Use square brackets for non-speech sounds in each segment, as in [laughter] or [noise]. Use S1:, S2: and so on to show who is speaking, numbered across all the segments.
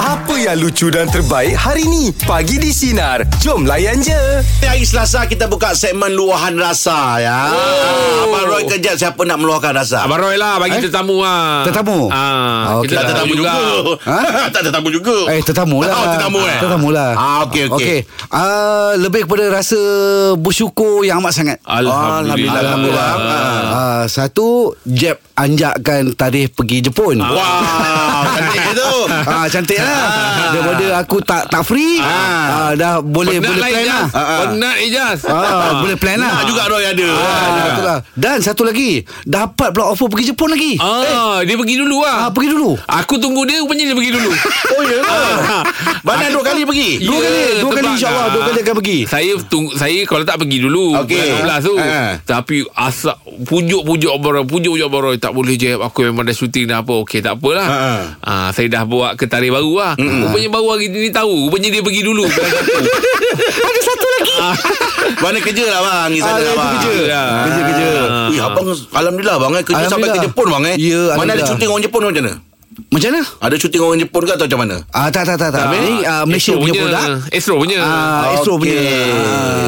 S1: Apa yang lucu dan terbaik hari ni? Pagi di Sinar. Jom layan je.
S2: Hari Selasa kita buka segmen luahan rasa ya. Oh. Abang Roy kejap siapa nak meluahkan rasa?
S3: Abang Roy lah bagi eh? tetamu lah.
S4: Tetamu?
S3: Ah,
S4: Ah,
S3: okay.
S4: okey.
S3: Kita
S2: tak tetamu juga. Ha? [laughs] tak tetamu juga.
S4: Eh tetamu lah
S2: Oh, tetamu eh.
S4: Tetamu lah
S2: Ah, okey, okey.
S4: okay. Uh, Lebih kepada rasa Bersyukur yang amat sangat
S3: Alhamdulillah.
S2: Alhamdulillah.
S4: Ah. Ah, Satu Jeb anjakkan tarikh pergi Jepun
S2: Wow, cantik tu.
S4: Ah cantik lah. Daripada aku tak tak free, ah. dah boleh
S3: Penat
S4: boleh
S3: lah
S4: plan
S3: Ijaz.
S4: lah.
S3: Penat Ijaz.
S4: Ah, boleh plan lah.
S2: Nak juga Roy ada.
S4: Ah,
S2: Ah.
S4: itulah. Dan satu lagi, dapat pula offer pergi Jepun lagi.
S3: Ah, dia pergi dulu
S4: Ah,
S3: lah.
S4: pergi dulu.
S3: Aku tunggu dia rupanya dia pergi
S4: [laughs]
S3: dulu.
S2: Oh ya. Mana dua kali pergi?
S4: Dua
S3: Ya,
S4: kali, dua kali
S3: tebak
S4: insya-Allah,
S3: dah.
S4: dua kali akan pergi.
S3: Eh, Saya tunggu saya kalau tak pergi dulu
S2: Okey.
S3: bulan 12 tu.
S2: Ha.
S4: Ah.
S3: Tapi asap pujuk-pujuk abang Roy, pujuk-pujuk abang Roy tak boleh je aku memang dah syuting dah apa. Okey tak apalah.
S2: Ha.
S3: Ah, saya dah buat ke tarikh baru lah. Rupanya baru hari ni tahu. Rupanya dia pergi
S4: [laughs]
S3: dulu. Bukan aku.
S2: [laughs] Mana kerja lah bang di sana
S4: Ah,
S2: bang.
S4: kerja.
S3: Ya.
S4: Kerja-kerja.
S2: Ui, abang alhamdulillah bang eh kerja sampai ke
S4: Alhamdulillah.
S2: Jepun bang eh. Mana
S4: Ya,
S2: ada
S4: alhamdulillah.
S2: syuting orang Jepun macam mana?
S4: Macam mana?
S2: Ada syuting orang Jepun ke atau macam mana?
S4: Ah tak tak tak tak. Ini ah, Malaysia
S3: Astro
S4: punya produk.
S3: Astro punya.
S4: Ah Astro punya.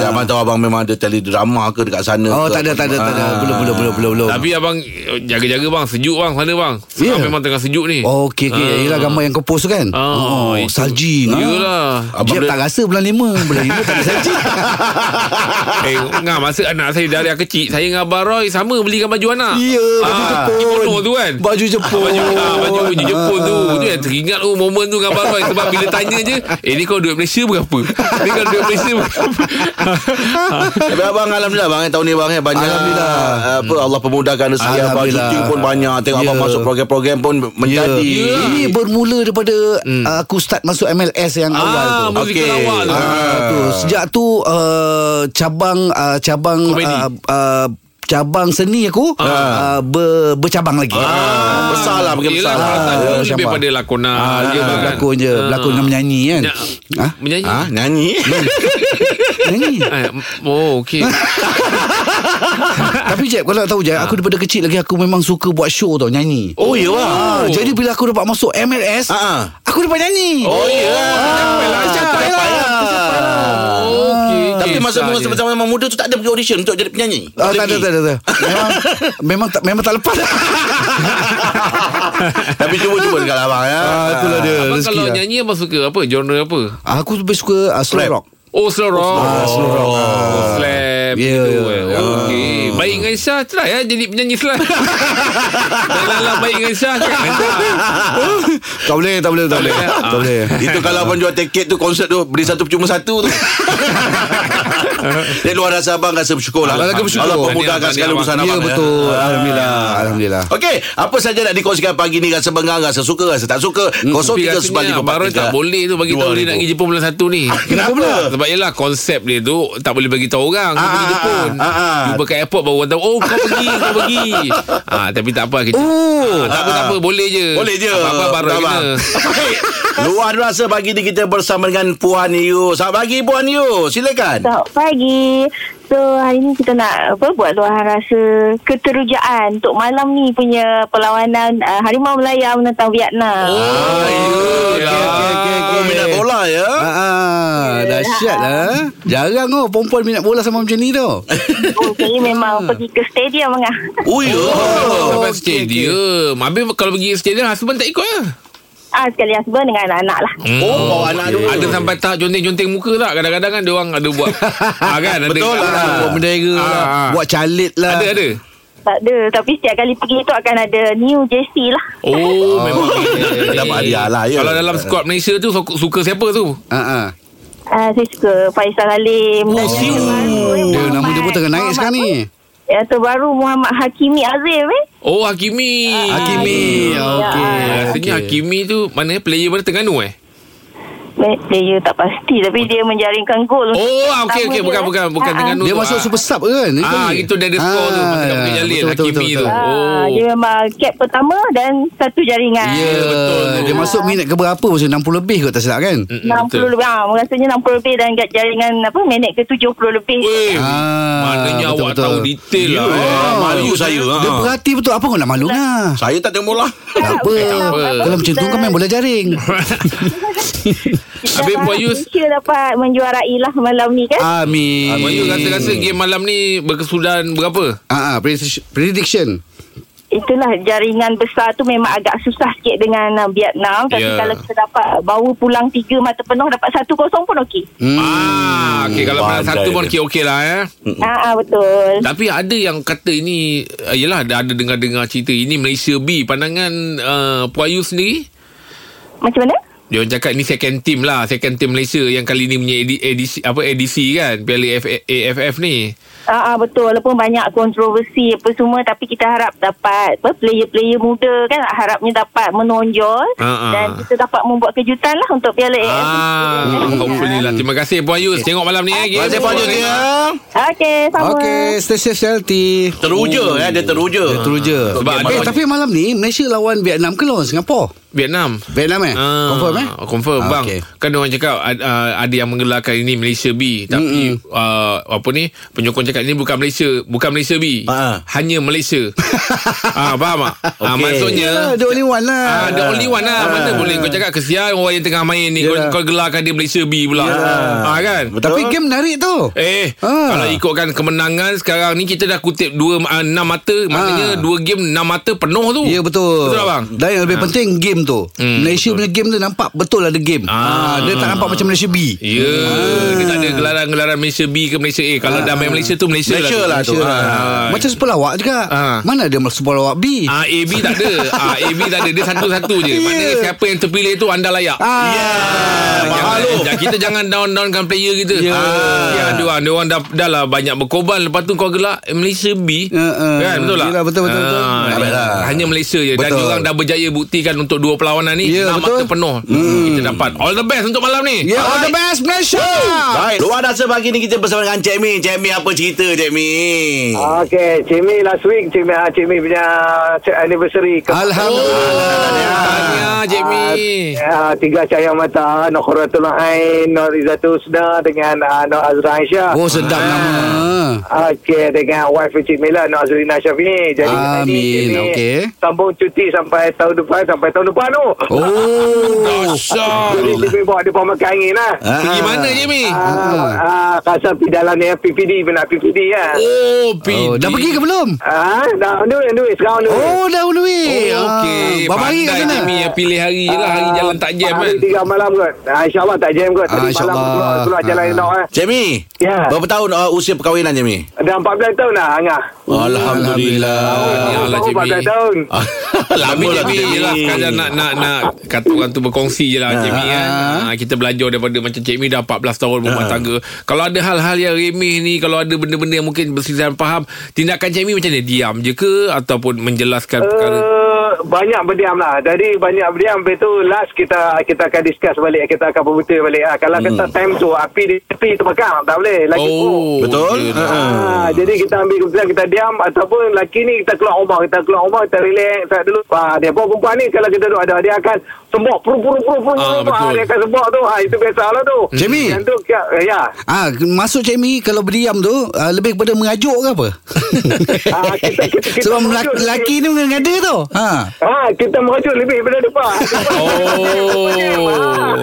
S2: Ah. Abang tahu abang memang ada teledrama ke dekat sana
S4: Oh
S2: ke
S4: tak ada
S2: apa
S4: tak ada
S2: semua.
S4: tak ada.
S2: Ah.
S4: Belum belum belum belum belum.
S3: Tapi abang eh, jaga-jaga bang sejuk bang sana bang. Sekarang
S4: Ya.
S3: memang tengah sejuk ni.
S4: Oh, okey okey.
S3: Ah.
S4: Yalah gambar yang kau post tu kan.
S3: Ah,
S4: oh,
S3: itu.
S4: salji. ni. [laughs]
S3: Yalah.
S4: Abang Jeb
S2: Abang
S4: tak rasa bulan lima Bulan lima tak ada
S3: [laughs]
S4: salji
S3: Eh, ngah masa anak saya dari kecil saya dengan abang Roy sama belikan baju anak.
S4: Ya Baju
S3: Ah,
S4: Jepun
S3: kimono tu kan.
S4: Baju Jepun
S3: Baju ah, baju baju Jepun tu tu yang teringat oh momen tu dengan abang Roy sebab bila tanya je eh ni kau duit Malaysia berapa? Ni kau duit Malaysia berapa?
S2: Tapi abang alhamdulillah bang eh, tahun ni bang eh banyak eh,
S4: Alhamdulillah. Hmm.
S2: apa Allah pemudahkan rezeki abang
S4: Alhamdulillah.
S2: syuting pun banyak tengok
S4: Ya.
S2: abang masuk program-program pun
S4: Ya.
S2: menjadi
S4: Ini bermula daripada uh, Aku start masuk MLS yang awal
S3: Hmm. ah,
S4: tu
S3: muzik
S2: Okey.
S3: awal tu.
S4: Ah, tu. Sejak tu uh, Cabang uh, Cabang
S3: Komedi. Ah.
S4: uh, uh, Cabang seni aku uh, ber, Bercabang lagi
S2: Ah, besar lah makin
S3: Yelah,
S2: besar
S3: kalau
S2: lah.
S3: tak
S4: Ah,
S3: tu lebih
S4: Syabah.
S3: pada lakonan
S4: Ah,
S3: je, bang, kan?
S4: Berlakon je
S3: Ah.
S4: Berlakon dengan menyanyi kan
S3: Ya.
S4: Ha?
S3: Menyanyi
S2: Ah,
S4: [laughs]
S2: nyanyi.
S4: Menyanyi
S3: Eh, m- Oh okey
S4: Tapi Jeb Kalau nak tahu Jeb Aku daripada kecil lagi Aku memang suka buat show tau Nyanyi
S2: Oh ya lah.
S4: Ah, jadi bila aku dapat masuk MLS,
S2: Ha, ha.
S4: aku dapat nyanyi.
S2: Oh ya.
S4: Ah, tercapai lah. Tercapai lah.
S2: Ah.
S3: Okey
S2: Tapi masa masa
S3: macam
S2: macam memang muda tu tak ada pergi audition untuk jadi penyanyi.
S4: Ah, tak ada, tak ada, tak ada. Memang, memang, tak, memang tak lepas.
S2: [laughs] Tapi cuba-cuba dekat abang ya.
S4: ah, itulah dia.
S3: Abang
S4: rezeki
S3: kalau
S4: lah.
S3: nyanyi Abang suka apa? Genre apa?
S4: [laughs] Ah, aku lebih suka uh, slow
S2: Rap.
S4: rock. Ah,
S3: Oh slow rock Oh slow
S4: rock.
S3: Oh slap
S4: Ya,
S3: gitu,
S4: ya.
S3: eh. Okey Baik dengan Syah Try ya jadi penyanyi slap Janganlah baik dengan Syah kan?
S4: tak boleh, tak boleh, tak boleh.
S3: boleh, ah.
S4: tak boleh.
S2: [laughs] Itu kalau abang jual tiket tu Konsert tu Beli satu percuma
S3: [laughs]
S2: satu tu Jadi luar rasa abang Rasa bersyukur lah
S4: Abang rasa bersyukur.
S2: Allah pemudahkan
S3: Ni,
S2: segala
S3: abang, ni,
S2: urusan
S3: abang.
S4: Ya,
S2: abang
S4: betul. Alhamdulillah. Alhamdulillah.
S2: Okey, apa saja nak dikongsikan pagi ni rasa bengang, rasa suka, rasa tak suka.
S3: Hmm, Tapi
S2: 03
S3: rasanya Abang Roy tak boleh tu Bagi tahu dia nak pergi Jepun bulan 1 ni
S2: Kenapa pula?
S3: Sebab yelah konsep dia tu Tak boleh bagi tahu orang Dia
S2: Ah,
S3: pergi
S2: ah,
S3: Jepun
S2: ah, ah.
S3: Jumpa kat airport baru orang tahu Oh kau pergi Kau pergi ah, Tapi tak apa kita,
S4: Oh,
S3: ah, Tak apa tak apa Boleh je
S2: Boleh je.
S3: Apa-apa Abang Roy
S2: Abang.
S3: kena
S2: [laughs] Baik. Luar rasa pagi ni kita bersama dengan Puan Yu. Selamat pagi Puan Yu. Silakan.
S5: Selamat pagi. So hari ni kita nak apa buat luahan rasa keterujaan untuk malam ni punya perlawanan uh, Harimau Melaya menentang
S4: Ah.
S5: Vietnam.
S3: Oh,
S4: Okey, okey, okey, okey.
S2: Oh, minat bola ya.
S4: Ah, ah, dahsyat lah. Jarang oh perempuan minat bola sama macam ni tau.
S5: Oh, saya
S4: [laughs]
S5: memang pergi ke stadium Angah.
S2: Ui.
S3: Oh,
S2: Oh.
S3: sampai
S4: okey,
S3: stadium. Habis kalau pergi stadium husband tak ikut lah. Hmm.
S5: Ah sekali husband dengan anak-anak lah.
S2: Oh, bawa anak dulu.
S3: Ada sampai tak jonting-jonting muka tak? Kadang-kadang kan dia orang ada buat. ah, kan? Ada,
S2: Betul lah.
S3: ada-
S4: Buat bendera
S3: Ah,
S4: lah.
S3: ah.
S4: Buat calit lah.
S3: Ada ada.
S5: Tak ada tapi setiap kali pergi tu akan ada new JC lah.
S3: Oh, memang.
S2: Dia dapat hadiah lah, ya.
S3: Kalau dalam skuad Malaysia tu suka, suka siapa tu?
S4: Ah, ah.
S5: Uh, saya suka Faisal Halim oh, dan yang terbaru, eh,
S3: Oh,
S4: Dia nama
S5: Muhammad-
S4: dia pun tengah naik
S5: Muhammad
S4: sekarang ni.
S5: pun- Yang terbaru Muhammad Hakimi Azim eh.
S3: Oh, Hakimi. Ah,
S4: Hakimi.
S5: Ya.
S4: Okey.
S3: Rasanya
S4: Okey.
S3: Hakimi tu mana eh? player mana Terengganu eh?
S5: Dia tak pasti Tapi dia menjaringkan gol
S3: Oh, okey
S5: Pertama
S3: okey
S5: dia.
S3: bukan bukan bukan
S5: Ha-ha.
S3: dengan Nur.
S4: Dia
S3: tu,
S4: masuk
S3: ah.
S4: super sub ke kan? Itu
S3: Ah,
S4: ni.
S3: itu dia ada skor tu. Masa kat Bukit Jalil,
S4: betul, betul,
S3: Hakimi
S4: betul,
S3: tu.
S4: betul.
S5: Ah,
S3: Oh.
S5: Dia memang cap pertama Dan satu jaringan
S3: Ya,
S4: Ya,
S3: betul tu.
S4: Dia masuk minit ke berapa? Masa 60 lebih kot tak silap kan?
S3: Mm-mm,
S5: 60
S3: betul.
S5: lebih ah, Rasanya 60 lebih Dan kat jaringan apa Minit ke 70 lebih
S3: Weh,
S4: Ah,
S3: maknanya
S4: betul,
S3: awak
S4: betul.
S3: tahu detail lah.
S2: Ya,
S3: eh.
S2: malu saya,
S4: Dia
S2: ha.
S4: berhati betul Apa kau nak malu lah
S2: Saya tak tengok bola.
S4: Tak apa
S3: apa.
S4: Kalau macam tu kau main bola
S3: [laughs]
S4: jaring [laughs]
S5: Kita
S3: Habis Ah.
S5: harap
S3: Puan Yus?
S5: Malaysia dapat menjuarai lah malam ni kan
S4: Amin
S3: Abang Yu
S2: Hmm.
S3: rasa-rasa game malam ni berkesudahan berapa?
S4: Ah, ah, prediction- prediction
S5: Itulah jaringan besar tu memang agak susah sikit dengan uh, Vietnam Tapi
S3: Ya.
S5: kalau kita dapat bawa pulang tiga mata penuh Dapat satu kosong pun okey
S3: Hmm. Ah, okey kalau menang
S2: pandai
S3: satu
S2: dia.
S3: pun okey okey lah eh.
S5: Ah, ah, Betul
S3: Tapi ada yang kata ini eh, Yelah ada ada dengar-dengar cerita Ini Malaysia B Pandangan uh, Puan Yu sendiri
S5: Macam mana?
S3: Dia orang cakap ni second team lah Second team Malaysia Yang kali ni punya edi- edisi, apa, edisi kan Piala F- AFF ni
S5: Ah, ah, betul Walaupun banyak kontroversi apa semua Tapi kita harap dapat apa, player-player muda kan Harapnya dapat menonjol
S3: Ah, ah.
S5: Dan kita dapat membuat kejutan lah untuk Piala
S3: Ah,
S2: Hmm.
S5: AFC
S3: hopefully lah. Terima kasih Puan Yus. Tengok malam ni eh.
S2: Terima kasih Puan Yus ya.
S5: Okey, sama
S4: Okay Stay safe stay healthy
S2: Teruja eh, dia teruja.
S4: Dia teruja
S3: Sebab
S4: Eh
S3: ada-
S4: tapi malam ni Malaysia lawan Vietnam ke lawan Singapura
S3: Vietnam.
S4: Vietnam eh
S3: Ah,
S4: Confirm eh
S3: Confirm
S4: Ah,
S3: bang
S4: okey.
S3: okay. Kan orang cakap ad- ah, Ada yang menggelarkan ini Malaysia B Tapi uh, Apa ni Penyokong cakap ini bukan Malaysia Bukan Malaysia B
S2: Ah.
S3: Hanya
S4: [laughs]
S3: Malaysia ah, Faham tak ah,
S2: Okey.
S3: Maksudnya
S4: Yalah, The only one lah
S3: Ah, the only one lah Mana boleh kau cakap Kesian orang yang tengah main ni kau,
S4: Yalah.
S3: kau gelarkan dia Malaysia B pula ah, kan
S4: Tapi game menarik tu
S3: Eh
S4: Ah.
S3: Kalau ikutkan kemenangan Sekarang ni kita dah kutip dua, uh, 6 mata Maknanya dua game 6 mata penuh tu
S4: Ah. Ya betul
S3: Hmm. Betul tak bang?
S4: Dan yang lebih penting game tu
S3: Hmm,
S4: Malaysia
S3: betul.
S4: punya game tu nampak betul ada game ah. Dia tak nampak macam Malaysia B
S3: Ya
S4: Ah.
S3: Dia tak ada gelaran-gelaran Malaysia B ke Malaysia A Kalau dah main Malaysia tu Malaysia,
S2: Malaysia lah
S3: tu.
S2: tu.
S3: Malaysia lah
S4: Ah. Macam Sepelawak juga
S3: Ah.
S4: Mana ada Sepelawak B
S3: Ah, A, B tak ada ah, A, B tak ada Dia satu-satu je Maknanya siapa yang terpilih tu Anda layak
S4: Ya. Ah.
S3: Ah, jangan- jangan- Kita jangan down-downkan player kita yeah. ah, ya, dia, orang, dia orang dah, dah lah banyak berkorban Lepas tu kau gelak eh, Malaysia B
S4: Ya, ah.
S3: Kan betul tak?
S4: Yelah, betul, betul, betul.
S3: Ah,
S4: Tak baik lah.
S3: Hanya Malaysia je Dan
S4: Betul.
S3: dia orang dah berjaya buktikan Untuk dua perlawanan ni
S4: Ya,
S3: yeah,
S4: betul. Hmm. Ya.
S3: mata penuh Kita dapat All the best untuk malam ni
S4: Yeah, all the best Malaysia
S2: Baik. Luar rasa pagi ni kita bersama dengan Cik Mi. Cik Mi apa cerita Cik Mi?
S3: Ah.
S6: Okey, Cik Mi last week Cik Mi, ah, Cik Mi punya anniversary
S4: Ah.
S6: ke
S4: Alhamdulillah
S3: Tahniah Cik Mi
S6: Ah, tiga cahaya mata Nukhratul Ain Norizatul Husna dengan ah, Nur Azra Aisyah
S4: Oh sedap
S3: Ah.
S4: nama
S6: Okey dengan wife Cik Mila Nur Azrina Syafi'i Jadi
S4: Amin,
S6: ini, ini
S4: okey.
S6: Sambung cuti sampai tahun depan Sampai tahun depan tu
S4: Oh
S3: Dahsyat
S6: Jadi Cik Mi bawa dia pemakai angin lah
S3: Pergi mana Cik Mi?
S6: Ah, ah, Kasar pergi dalam ni PPD Benak PPD ya.
S3: Oh, PD.
S4: Oh, dah pergi ke belum?
S6: Ah, dah on the way, on the way, sekarang on the way.
S4: Oh, dah on the way.
S3: Oh, okey.
S4: Ah. Berapa hari kat
S3: Pandai
S4: sana?
S3: Jimmy yang pilih hari je lah. Hari jalan tak jam
S6: Hari
S3: kan. [laughs]
S6: tiga malam kot. Ah, InsyaAllah tak jam
S4: Ah,
S6: kot. Tadi malam
S4: insyaAllah.
S6: keluar, keluar jalan
S4: Ah.
S6: elok eh.
S2: Cik Mi.
S6: Ya.
S2: Berapa tahun uh, usia perkahwinan Cik Mi?
S6: Dah 14 tahun dah Angah.
S3: Oh,
S2: Alhamdulillah.
S3: Ya Allah, Cik Ah, Mi.
S6: 14 tahun.
S3: Tapi
S2: Lama lah
S3: Jimmy
S2: Cik Mi.
S3: lah kadang nak nak nak kata orang tu berkongsi je lah Jimmy kan. Ha, kita belajar daripada macam Cik Mi dah 14 tahun berumah tangga. Kalau ada hal-hal yang remeh ni, kalau ada benda-benda yang mungkin berselisih faham, tindakan Cik Mi macam mana? Diam je ke ataupun menjelaskan perkara?
S6: Uh, banyak berdiam lah Jadi banyak berdiam Lepas tu last kita Kita akan discuss balik Kita akan berbuta balik ah.
S3: Hmm.
S6: Kalau kata time tu Api di tepi terbakar Tak boleh Lagi oh.
S2: Betul?
S3: ya.
S6: Ah, jadi kita ambil keputusan kita diam ataupun lelaki ni kita keluar rumah kita keluar rumah kita relax tak dulu ah, dia pun perempuan ni kalau kita duduk ada dia akan sembok puru puru puru puru
S3: Ah, betul.
S6: dia akan sembok tu ah, itu biasalah tu
S4: Jamie.
S6: yang tu ya, ya.
S4: Ah, masuk Cik Mi kalau berdiam tu ah, lebih kepada mengajuk ke apa?
S3: [laughs]
S6: Ah, kita- kita- kita
S4: Sebab
S6: mengajuk.
S4: lelaki ni mengada tu. Ha.
S6: Ah, kita merajuk lebih daripada
S3: [laughs]
S6: depan. [laughs]
S3: Oh.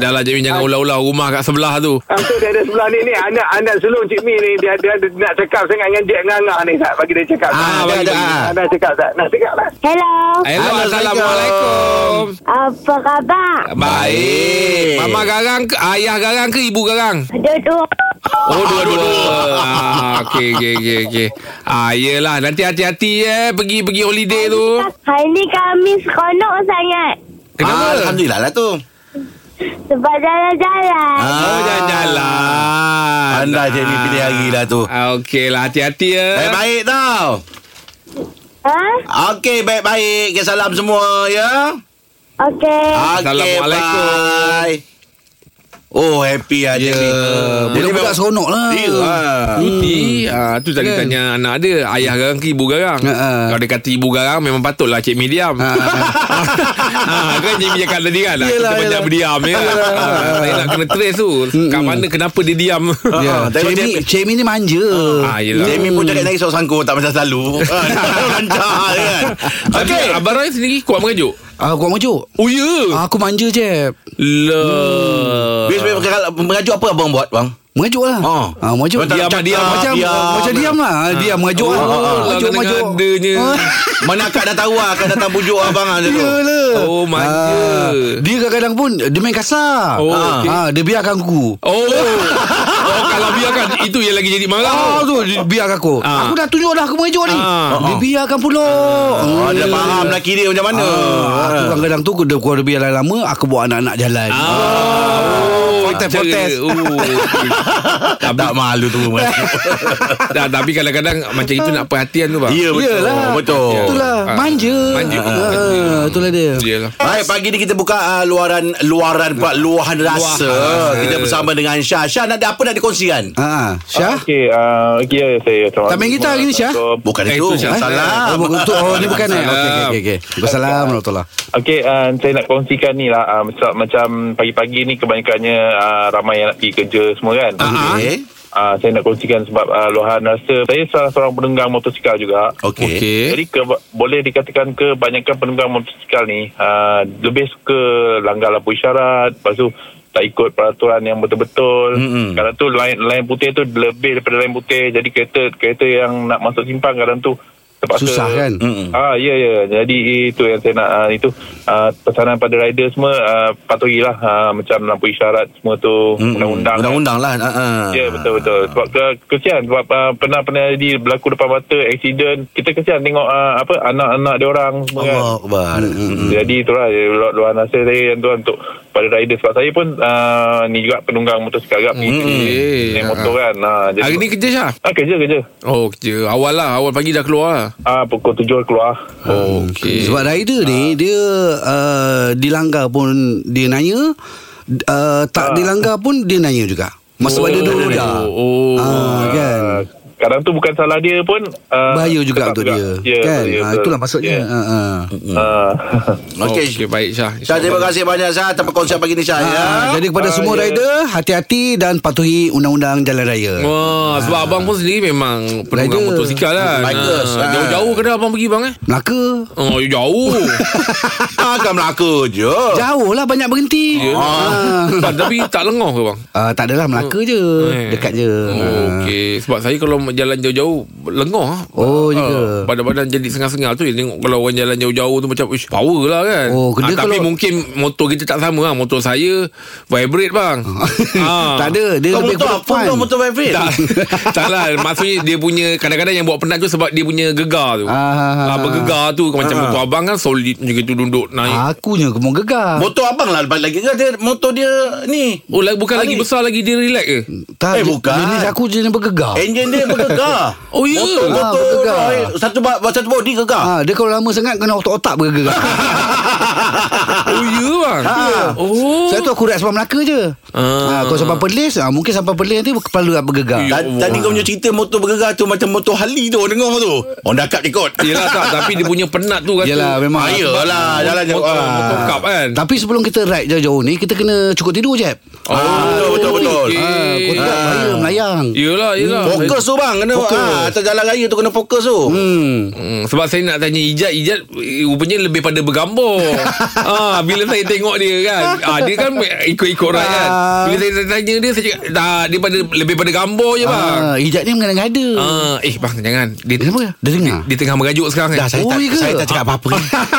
S3: Dah lah Jamie jangan ulang-ulang rumah kat sebelah tu.
S6: Ah, tu dia ada sebelah ni ni anak anak sulung Cik Mi ni dia dia, dia nak cakap sangat dengan Jack Ngangah ni tak bagi dia cakap.
S3: Ah,
S6: Ah,
S3: bagi- bagi.
S6: ada cakap tak? Nak cakap lah.
S5: Hello
S3: Hello,
S2: Assalamualaikum.
S3: Assalamualaikum.
S5: Apa khabar?
S3: Baik. Mama garang ke ayah garang ke ibu garang?
S5: Duduk
S3: Oh dua-dua. ah, okey okey okey okey. Ah yelah nanti hati-hati eh pergi pergi holiday tu.
S5: Hari ni kami seronok sangat
S2: Ah,
S3: Kenapa?
S2: Alhamdulillah lah tu. Ah.
S5: Sebab jalan-jalan
S3: oh jalan-jalan.
S2: Pandai Cik Mi pilih hari lah tu.
S3: Ah, okey lah hati-hati ya.
S2: Baik-baik tau.
S5: Ha?
S2: Okey, baik-baik. Okay, salam semua ya.
S5: Okey.
S3: Ah, Assalamualaikum.
S2: bye. Oh happy hari
S4: Ya,
S2: ni
S4: budak-budak seronok lah.
S2: Ya ha.
S3: Cuti ah, Tu tadi
S4: Kan?
S3: tanya anak dia Ayah garang ke ibu garang
S4: Ha, ha.
S3: Kalau dia kata ibu garang Memang patutlah Cik Mi diam
S4: Ha, ha.
S3: [laughs] ha, Kan Cik Mi cakap tadi kan yelah, Kita
S4: Yelah,
S3: macam
S4: yelah.
S3: berdiam ya. ha, Saya nak kena trace tu Kat mana kenapa dia diam
S4: Ya,
S3: ha,
S2: Ah, tengok
S4: Cemi, Cemi ni manja.
S3: [laughs] Ah, yelah. [laughs]
S2: Jamie pun cakap nangis sok sangkut Tak macam selalu Ah, Lancar
S4: ya.
S2: kan
S3: Tapi
S2: Okay
S3: Abang Rai sendiri kuat mengajuk
S4: Ah, kau mojuk.
S3: Oh ya yeah.
S4: Aku manja je.
S3: Lah
S4: Hmm.
S2: Bis bis- kalau mengajuk apa abang buat bang?
S4: Mengajuk lah.
S2: Oh.
S4: Ah, mengajuk.
S2: Macam diam, diam,
S4: macam
S2: diam.
S4: macam diam lah. Diam mengajuk. lah.
S3: ha.
S4: mengajuk, mengajuk.
S3: Adanya
S4: Ah,
S2: Mana akak dah tahu lah Akak datang pujuk abang lah macam tu
S4: Yalah.
S3: Oh, manja.
S4: Ah, dia kadang-kadang pun dia main kasar.
S3: Oh,
S4: Ah,
S3: okey.
S4: ah, dia biarkan aku.
S3: Oh
S4: [laughs]
S3: Oh kalau biarkan Itu yang lagi jadi
S4: Ah,
S3: marah
S4: tu dia biarkan aku.
S3: Ah.
S4: Aku dah tunjuk dah aku mengajuk ni.
S3: Ah.
S4: Dia biarkan pula.
S2: Oh, dia dah
S4: Hmm.
S2: faham lelaki dia macam mana
S4: Ah, aku kadang-kadang tu Dia kurang lebih lama Aku bawa anak-anak jalan
S3: Ah. Oh,
S4: Protes,
S3: cara-
S4: protes.
S3: Oh.
S2: Tak malu tu
S3: [laughs]
S2: [laughs]
S3: Dah, tapi kadang-kadang macam itu nak perhatian tu bang.
S2: Ya betul
S4: Yelah.
S2: Betul
S4: Itulah
S3: Ah.
S4: Manja
S3: Manja.
S4: Ah, Itulah dia
S3: Yelah.
S2: Baik, pagi ni kita buka uh, luaran luaran pak luahan rasa.
S3: Luahan.
S2: Kita bersama dengan Syah. Syah nak ada apa nak dikongsikan?
S4: Ah, Syah
S7: Okey, uh, ya saya.
S4: Tak main gitar hari ni, Syah?
S2: Bukan
S3: Eh,
S2: itu. Ah,
S3: itu Syah.
S2: Salah.
S4: Oh, bukan tu. Oh, ni bukan eh. Okey,
S3: Salam.
S4: okey, okey. Assalamualaikum warahmatullahi
S7: Okey, uh, saya nak kongsikan ni lah. Uh, macam, macam pagi-pagi ni kebanyakannya uh, ramai yang nak pergi kerja semua kan.
S3: Ah.
S2: Okey.
S7: Uh, saya nak kongsikan sebab uh, luahan rasa. Saya salah seorang penunggang motosikal juga.
S2: Okey.
S7: Jadi ke, boleh dikatakan kebanyakan penunggang motosikal ni uh, lebih suka langgar lampu isyarat. Lepas tu tak ikut peraturan yang betul-betul.
S2: Mm-mm.
S7: Kadang tu lain lain putih tu lebih daripada lain putih. Jadi kereta kereta yang nak masuk simpang kadang tu terpaksa
S4: Susah kan?
S2: Mm-mm.
S7: Ah ya ya jadi itu yang saya nak ah, itu ah, pesanan pada rider semua ah, patuhilah ah, macam lampu isyarat semua tu
S2: Mm-mm.
S7: undang-undang.
S2: Undang-undang lah. Ah, ah.
S7: Ya betul betul sebab ke, kesian sebab ah, pernah pernah jadi berlaku depan mata aksiden kita kesian tengok ah, apa anak-anak dia orang semua kan.
S2: Allah Akbar. Mm-mm.
S7: Jadi itulah eh, luar, luar nasihat saya yang tu lah untuk pada rider sebab saya pun ah, ni juga penunggang motosikal juga pergi
S3: Okey.
S7: naik motor kan. Ah, jadi,
S3: Hari ni kerja Syah?
S7: ah, kerja kerja.
S3: Oh, kerja. Awal lah. Awal pagi dah keluar lah.
S7: Ah pukul 7 keluar.
S3: Oh, okey.
S4: Hmm,
S3: Ah.
S4: Sebab rider ni dia uh, dilanggar pun dia nanya, uh,
S7: Ah.
S4: tak dilanggar pun dia nanya juga. Masa oh, ada dua roda.
S3: Oh.
S4: Ah, kan.
S7: Ah, kadang tu bukan salah dia pun uh,
S4: Bahaya juga untuk dia.
S7: Ya,
S4: kan?
S7: bahaya,
S4: Ah,
S7: betul.
S4: itulah maksudnya.
S7: Ya.
S4: Yeah. Ah, ah.
S7: Ah. [laughs]
S2: Okey.
S3: Okey, baik Syah.
S2: Syah terima kasih banyak Syah atas perkongsian pagi ni Syah. ya.
S4: Ah, jadi kepada semua rider hati-hati dan patuhi undang-undang jalan raya.
S3: Oh. Wah, sebab abang pun sendiri memang penunggang
S4: Rider.
S3: motosikal kan.
S2: Bikers,
S3: Ah,
S2: ah.
S3: Jauh-jauh ke dah abang pergi bang eh?
S4: Melaka
S3: Oh, [laughs] jauh.
S2: Ah, Akan Melaka je.
S4: jauh lah banyak berhenti.
S3: [laughs]
S4: Ah.
S3: Ah, Tapi tak lengoh ke bang?
S4: Ah, tak adalah Melaka je,
S3: Eh.
S4: dekat je.
S3: Oh,
S4: Ah.
S3: Okey, sebab saya kalau jalan jauh-jauh lengoh ah.
S4: Oh,
S3: Ah,
S4: juga.
S3: Badan-badan jadi sengal-sengal tu dia tengok kalau orang jalan jauh-jauh tu macam ish power lah kan.
S4: Oh,
S3: ah,
S4: dia
S3: tapi
S4: kalau-
S3: mungkin motor kita tak sama lah. Motor saya vibrate
S4: [laughs]
S3: bang. ah.
S4: Eh, Tak ada Dia
S2: Kau
S4: lebih
S2: motor apa
S4: depan.
S2: kau motor vibrate?
S3: [laughs] Tak, tak lah Maksudnya dia punya Kadang-kadang yang buat penat tu Sebab dia punya gegar tu
S4: Ah.
S3: ah, Bergegar tu Macam motor abang kan Solid macam gitu Duduk naik
S4: Akunya kemau gegar
S2: Motor abang lah lepas lagi ke dia motor dia ni.
S3: Oh la- bukan lagi
S2: Tadi.
S3: besar lagi Dia relax ke
S4: Tak,
S2: Eh, bukan. Eh,
S4: Jenis aku jenis bergegar.
S2: Enjin dia
S4: [laughs]
S2: bergegar.
S3: Oh, ya?
S2: Motor,
S3: Ah,
S2: motor
S4: lah, bergegar.
S2: Roy, satu ba- satu body gegar.
S4: Ah, dia kalau lama sangat kena otak-otak
S2: [laughs]
S4: bergegar.
S3: Oh ya bang
S4: Ah.
S3: Oh
S4: Saya tu aku react sampai Melaka je.
S3: Ah. Ya,
S4: Ah, kalau sampai Perlis, ah, mungkin sampai Perlis nanti kepala aku bergegar.
S2: Ta- Tadi kau punya cerita motor bergerak tu Macam motor Harley tu Dengar tu Orang dah kat ikut [laughs]
S3: Yelah tak Tapi dia punya penat tu kata
S4: Yelah, memang.
S2: Ah,
S3: lah.
S2: Yelah Jalan jauh
S3: Motor, motor
S2: Ah.
S3: cup kan
S4: Tapi sebelum kita ride jauh-jauh ni, kita kena cukup tidur je.
S2: Ah, betul, betul, betul.
S3: okey.
S4: Ah, kau tidak bahaya melayang.
S3: Eh, Yelah yelah
S2: Fokus tu bang Kena
S4: Fokus.
S2: ah, Atas jalan raya tu Kena fokus tu
S4: Hmm.
S3: Hmm, sebab saya nak tanya Ijat Ijat eh, rupanya lebih pada
S4: [laughs]
S3: bergambar ah, Bila saya tengok dia kan ah, Dia kan ikut-ikut orang kan
S4: Ah.
S3: Bila saya tanya dia Saya cakap dah, dia pada, Lebih pada gambar je bang
S4: Ah, hijab ni mengada-ngada.
S3: ah. Eh bang jangan Dia,
S4: Kenapa? Dia dengar.
S3: dia tengah merajuk sekarang
S2: Dah
S3: kan
S2: saya
S4: Oh,
S2: tak
S4: ya ke?
S2: Saya tak cakap
S4: [laughs]
S2: apa-apa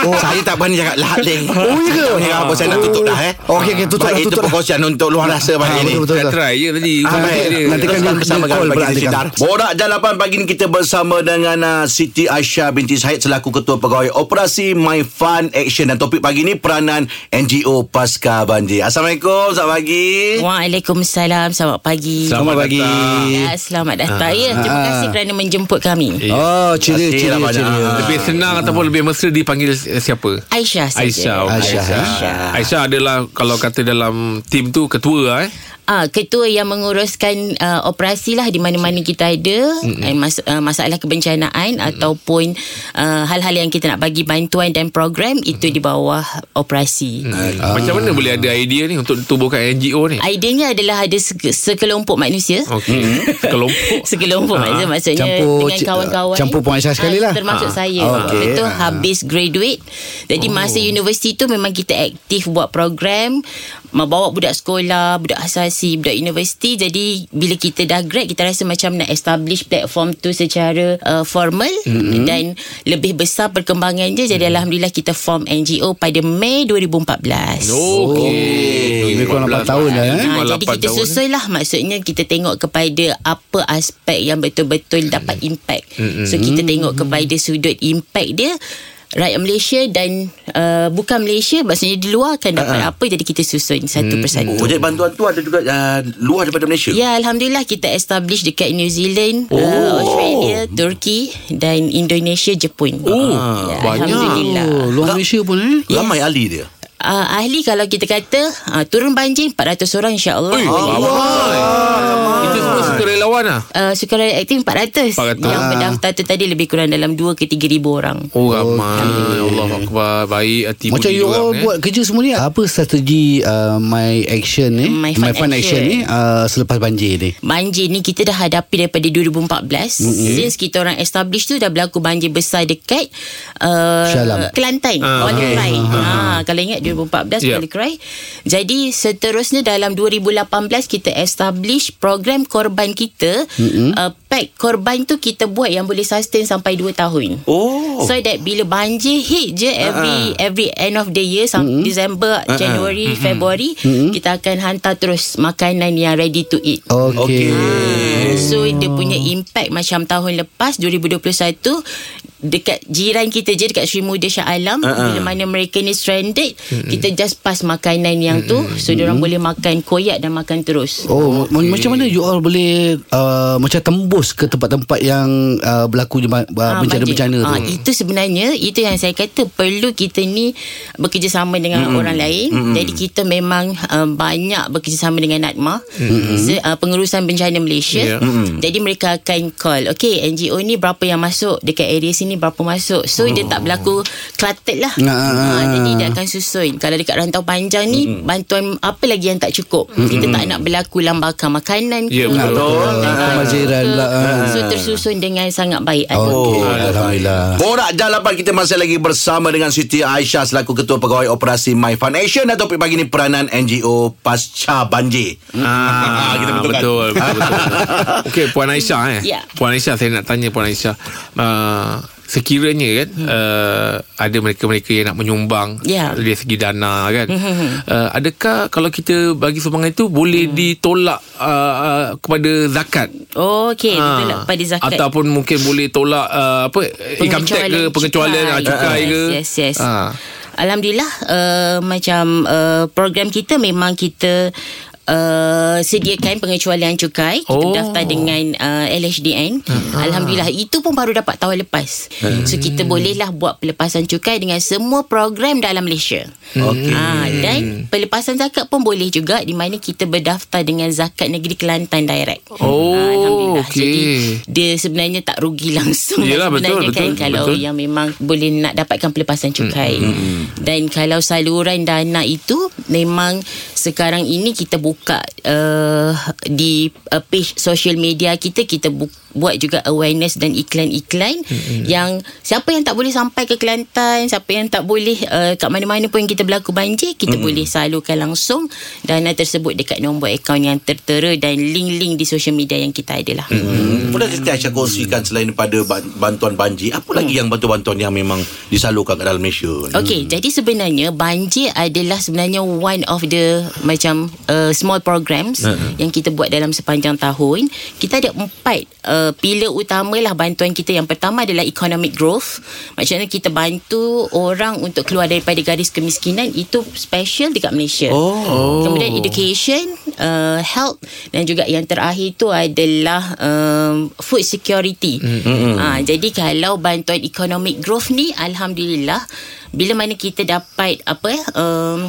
S2: oh. Saya tak berani cakap Lahat leng Oh
S4: ya ke? Oh,
S2: Saya nak tutup dah eh
S4: Okey, okey, tutup
S2: Baik,
S4: dah,
S2: Itu
S4: tutup dah.
S2: perkongsian untuk luar rasa pagi
S4: Ah,
S2: ni
S4: betul, betul,
S3: Dah
S4: betul.
S3: try je tadi
S4: Ah,
S3: Sampai
S4: baik.
S3: dia
S4: Nanti- Nantikan
S2: Teruskan
S4: dia-
S2: bersama kami
S4: dia call
S2: bagi
S4: pula,
S2: di
S4: nantikan.
S2: Sinar. Borak Jalan 8 pagi ni kita bersama dengan uh, Siti Aisyah binti Syed selaku Ketua Pegawai Operasi My Fun Action dan topik pagi ni peranan NGO Pasca Banjir. Assalamualaikum, selamat pagi.
S8: Waalaikumsalam Selamat pagi
S4: Selamat pagi.
S8: Ya, selamat datang. Ya, terima
S4: Ah.
S8: kasih kerana menjemput kami.
S2: Terima
S4: Oh, ceria,
S2: kasih
S4: ceria,
S2: lah banyak.
S4: ceria.
S3: Lebih senang ataupun lebih mesra dipanggil eh, siapa?
S8: Aisyah saja.
S3: Aisyah. okey.
S4: Aisyah. eh?
S3: Aisyah. Aisyah adalah kalau kata dalam tim tu ketua eh.
S8: Ah, ketua yang menguruskan uh, operasi lah di mana-mana kita ada eh, mas, uh, masalah kebencanaan ataupun uh, hal-hal yang kita nak bagi bantuan dan program itu di bawah operasi.
S4: Ah.
S3: Macam mana boleh ada idea ni untuk tubuhkan NGO ni?
S8: Ideanya adalah ada se- sekelompok manusia.
S3: Okey. [laughs] Kelompok.
S8: Sekelompok
S3: Ah.
S8: maksud, maksudnya
S4: Campur
S8: dengan
S4: ci-
S8: kawan-kawan.
S4: campur Puan Aisyah sekali lah.
S8: Ah, Termasuk
S4: Ah.
S8: saya.
S4: Okey.
S8: Betul
S4: Ah.
S8: habis graduate. Jadi masa universiti tu memang kita aktif buat program membawa budak sekolah, budak asasi, budak universiti. Jadi bila kita dah grad kita rasa macam nak establish platform tu secara uh, formal mm-hmm. dan lebih besar perkembangan dia.
S4: Mm-hmm.
S8: Jadi alhamdulillah kita form NGO pada Mei 2014.
S3: Okey.
S4: lebih kurang lapan tahun dah, eh.
S8: Ha, jadi kita
S3: susah.
S8: susun lah Maksudnya kita tengok kepada Apa aspek yang betul-betul dapat impact So kita tengok kepada sudut impact dia Rakyat Malaysia dan uh, Bukan Malaysia Maksudnya di luar akan dapat apa Jadi kita susun satu persatu
S2: Oh, jadi bantuan tu ada juga uh, luar daripada Malaysia.
S8: Ya Alhamdulillah kita establish dekat New Zealand oh. uh, Australia, Turki Dan Indonesia, Jepun Oh ya,
S3: banyak.
S8: Alhamdulillah
S4: Oh, luar Malaysia pun eh.
S2: Ramai ahli dia.
S8: uh, Ahli kalau kita kata uh, Turun banjir 400 orang insyaAllah
S3: Ui, ramai. Kita semua suka relawan lah.
S8: uh, sukarelawan aktif 400.
S3: 400.
S8: Yang
S4: Ah.
S8: berdaftar tu tadi lebih kurang dalam 2 ke 3 ribu orang.
S3: Oh ramai Allah Akbar Baik hati
S4: Macam
S3: budi
S4: you all
S3: orang, eh.
S4: buat kerja semua ni Apa strategi uh, My Action ni
S8: My Fun Action.
S4: ni uh, Selepas banjir ni
S8: Banjir ni kita dah hadapi daripada 2014. Mm-hmm. Since kita orang establish tu dah berlaku banjir besar dekat uh,
S4: Shah Alam.
S8: Kelantan.
S3: Ah,
S8: Uh,
S3: okay.
S8: Kuala Krai. Ha, kalau ingat
S3: Yep.
S8: 2014 yep. Kuala Krai. Jadi seterusnya dalam 2018 kita establish program korban kita. Mm-hmm. Uh, pack korban tu kita buat yang boleh sustain sampai 2 tahun.
S2: Oh.
S8: So that bila banjir hit je every uh-huh. every end of the year mm-hmm. December, uh-huh. Januari, mm-hmm. Februari mm-hmm. Oh. kita akan hantar terus makanan yang ready to eat.
S4: Okay,
S8: So dia punya impact macam tahun lepas 2021 dekat jiran kita je dekat Sri Muda Shah Alam uh-uh. bila mana mereka ni stranded mm-hmm. kita just pass makanan yang tu so mm-hmm. orang boleh makan koyak dan makan terus.
S4: Oh, okay. macam mana you all boleh uh, macam tembus ke tempat-tempat yang uh, berlaku jema- uh,
S8: Ah,
S4: bencana-bencana tu?
S8: banjir. Ah, itu sebenarnya itu yang saya kata perlu kita ni bekerjasama dengan mm-hmm. orang lain. Mm-hmm. Jadi kita memang um, banyak bekerjasama dengan NADMA, mm-hmm. se, uh, pengurusan bencana Malaysia.
S3: Ya.
S8: Yeah. Mm-hmm. Jadi mereka akan call, okay NGO ni berapa yang masuk dekat area sini berapa masuk. So oh. dia tak berlaku cluttered lah.
S4: Ah, ah,
S8: Ah,
S4: ah.
S8: jadi dia akan susun. Kalau dekat rantau panjang ni mm-hmm. bantuan apa lagi yang tak cukup. Mm-hmm. Kita tak nak berlaku lambakan makanan
S3: Ya,
S8: ke,
S3: betul.
S8: lambakan
S4: Ah, kemaziran
S8: ke.
S4: pula, ah.
S8: So tersusun dengan sangat baik.
S4: Okey, Alhamdulillah.
S2: Borak Jalapan kita masih lagi bersama dengan Siti Aisyah selaku Ketua Pegawai Operasi My Fun Action dan topik pagi ni peranan NGO pasca banjir.
S3: Ah,
S2: kita betulkan.
S3: Betul, betul, betul. [laughs] Okey, Puan Aisyah eh.
S8: Ya.
S3: Puan Aisyah saya nak tanya Puan Aisyah. Uh, sekiranya kan hmm. uh, ada mereka-mereka yang nak menyumbang
S8: Ya. Hmm,
S3: dari segi dana kan. uh, adakah kalau kita bagi sumbangan itu boleh
S8: Hmm.
S3: ditolak uh, uh, kepada zakat?
S8: Oh, okey. Ha.
S3: Ah.
S8: Tolak pada zakat.
S3: Ataupun mungkin boleh tolak uh, apa income tax ke
S8: Pengecualian,
S3: pengecualian cukai,
S8: cukai.
S3: cukai ke?
S8: Yes, yes, yes.
S3: Ah.
S8: Alhamdulillah, uh, macam uh, program kita memang kita Uh, sediakan pengecualian cukai kita
S3: Oh. Ah.
S8: oh. daftar dengan uh, LHDN uh-huh. Alhamdulillah itu pun baru dapat tahun lepas
S3: Eh.
S8: so kita bolehlah buat pelepasan cukai dengan semua program dalam Malaysia okay. ha, dan pelepasan zakat pun boleh juga di mana kita berdaftar dengan zakat negeri Kelantan direct
S3: Oh,
S8: Ah, jadi
S3: okey.
S8: dia sebenarnya tak rugi [laughs] langsung
S3: Yelah, betul,
S8: sebenarnya kan
S3: betul,
S8: kalau
S3: betul. Mm,
S8: yang memang boleh nak dapatkan pelepasan cukai. Mm-hmm. Dan kalau saluran dana itu memang sekarang eh, ini kita buka uh, di uh, page social media kita kita bu- buat juga awareness dan
S3: Mm,
S8: iklan-iklan mm-hmm. yang siapa yang tak boleh sampai ke Kelantan, siapa yang tak boleh uh, kat mana-mana pun kita berlaku banjir,
S3: Mm,
S8: kita mm-hmm. boleh salurkan langsung dana tersebut dekat nombor akaun yang tertera dan link-link di social media yang kita ada lah. Mm-hmm.
S2: Hmm. Boleh Siti Aisyah kongsikan selain daripada ban- bantuan banjir, apa lagi yang bantuan-bantuan yang memang disalurkan ke dalam Malaysia? ni?
S8: Okey, hmm. jadi sebenarnya banjir adalah sebenarnya one of the macam uh, small programs uh-huh. yang kita buat dalam sepanjang tahun. Kita ada empat uh, pilar utamalah bantuan kita. Yang pertama adalah economic growth. Maksudnya kita bantu orang untuk keluar daripada garis kemiskinan itu special dekat Malaysia.
S2: Oh.
S8: Kemudian education, uh, health dan juga yang terakhir itu adalah um, food security. Mm-hmm. Ha, jadi kalau bantuan economic growth ni alhamdulillah bila mana kita dapat apa eh, um,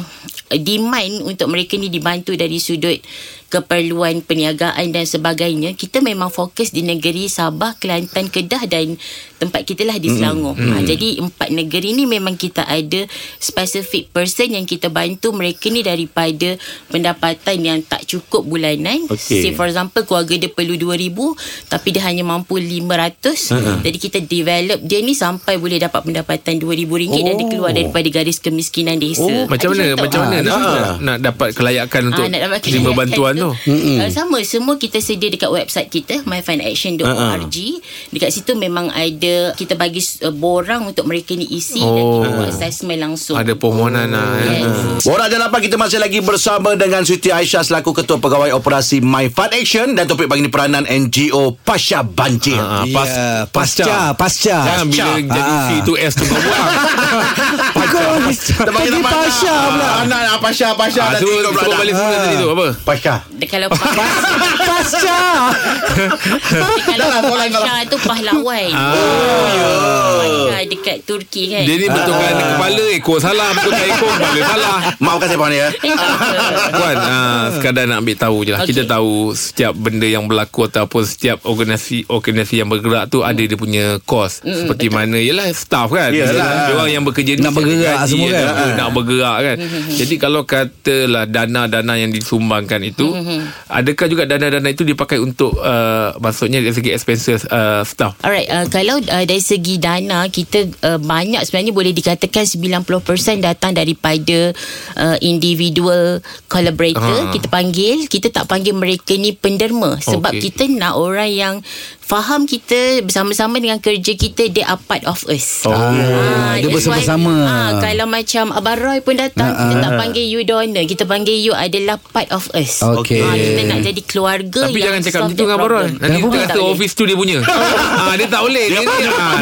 S8: demand untuk mereka ni dibantu dari sudut keperluan perniagaan dan sebagainya kita memang fokus di negeri Sabah, Kelantan, Kedah dan tempat kita lah di Selangor. Mm, mm. Ha, jadi empat negeri ni memang kita ada specific person yang kita bantu mereka ni daripada pendapatan yang tak cukup bulanan.
S2: Okey.
S8: Say for example keluarga dia perlu 2000 tapi dia hanya mampu 500. Uh-huh. Jadi kita develop dia ni sampai boleh dapat pendapatan 2000 ringgit oh. dan dia keluar daripada garis kemiskinan desa.
S3: Oh, macam mana? Macam mana nak,
S2: Ah.
S3: nak, nak dapat kelayakan untuk
S8: Ah, nak dapat
S3: terima
S8: kelayakan
S3: bantuan tu?
S8: Uh, sama semua kita sedia dekat website kita myfunaction.org. Dekat situ memang ada kita bagi uh, borang untuk mereka ni isi dan
S3: Oh.
S8: kita buat assessment langsung.
S3: Ada permohonan lah. eh.
S8: Yes.
S2: Borak dan Lapan kita masih lagi bersama dengan Siti Aisyah selaku Ketua Pegawai Operasi My Fund Action dan topik pagi ni peranan NGO Pasca Banjir.
S3: Ah,
S4: Ya,
S3: pas-
S4: pasca, pasca.
S3: Jangan bila
S2: Pasca.
S3: jadi
S4: Ah.
S3: C tu S tu
S8: [laughs]
S3: kau buang.
S4: Pasca. Pergi Pasha pula.
S2: Anak Ah, nak Pasca Pasca
S3: Ah,
S2: dah
S3: suruh,
S2: tidur pula
S3: suruh
S2: anak.
S3: balik semula tadi tu apa?
S8: Ah.
S2: Pasca.
S8: Dia kalau pasca,
S4: Pasca.
S8: kalau
S2: Dah lah, soalan
S8: pasca tu pahlawan. Oh, Pasca dekat Turki kan.
S3: Ah. Dia ni betulkan kepala ekor salah betulkan ekor kepala salah.
S2: Maafkan saya Puan ya.
S3: Puan ah, Sekadar nak ambil tahu je lah
S8: Okey.
S3: Kita tahu Setiap benda yang berlaku Ataupun setiap organisasi Organisasi yang bergerak tu Ada dia punya kos mm, Seperti betul. mana Yelah staff kan
S2: Yelah.
S3: Dia Orang yang bekerja ni
S4: Nak
S3: siapa
S4: bergerak
S3: gaji,
S4: semua kan?
S3: ada- Nak bergerak kan Jadi kalau katalah Dana-dana yang disumbangkan itu Adakah juga dana-dana itu Dipakai untuk uh, Maksudnya dari segi expenses uh, Staff
S8: Alright, uh, kalau uh, dari segi dana kita uh, banyak sebenarnya boleh dikatakan 90% datang daripada uh, individual collaborator
S3: Ah.
S8: ha. kita panggil, kita tak panggil mereka ni penderma sebab
S3: Okey.
S8: kita nak orang yang faham kita bersama-sama dengan kerja kita they are part of us.
S3: Oh.
S4: Ah, dia
S8: that's why-
S4: bersama-sama.
S8: Ah, kalau macam Abang Roy pun datang, kita tak panggil you donor, kita panggil you adalah part of us.
S4: Okey.
S8: Ah, kita nak jadi keluarga
S3: Tapi
S8: yang
S3: jangan cakap
S8: solve
S3: macam tu
S8: the
S3: dengan Abang Roy
S8: problem.
S3: Nanti
S8: Tak
S3: dia kata
S8: boleh.
S3: office tu dia [laughs] punya ah, Dia tak boleh Dia, ni- ah.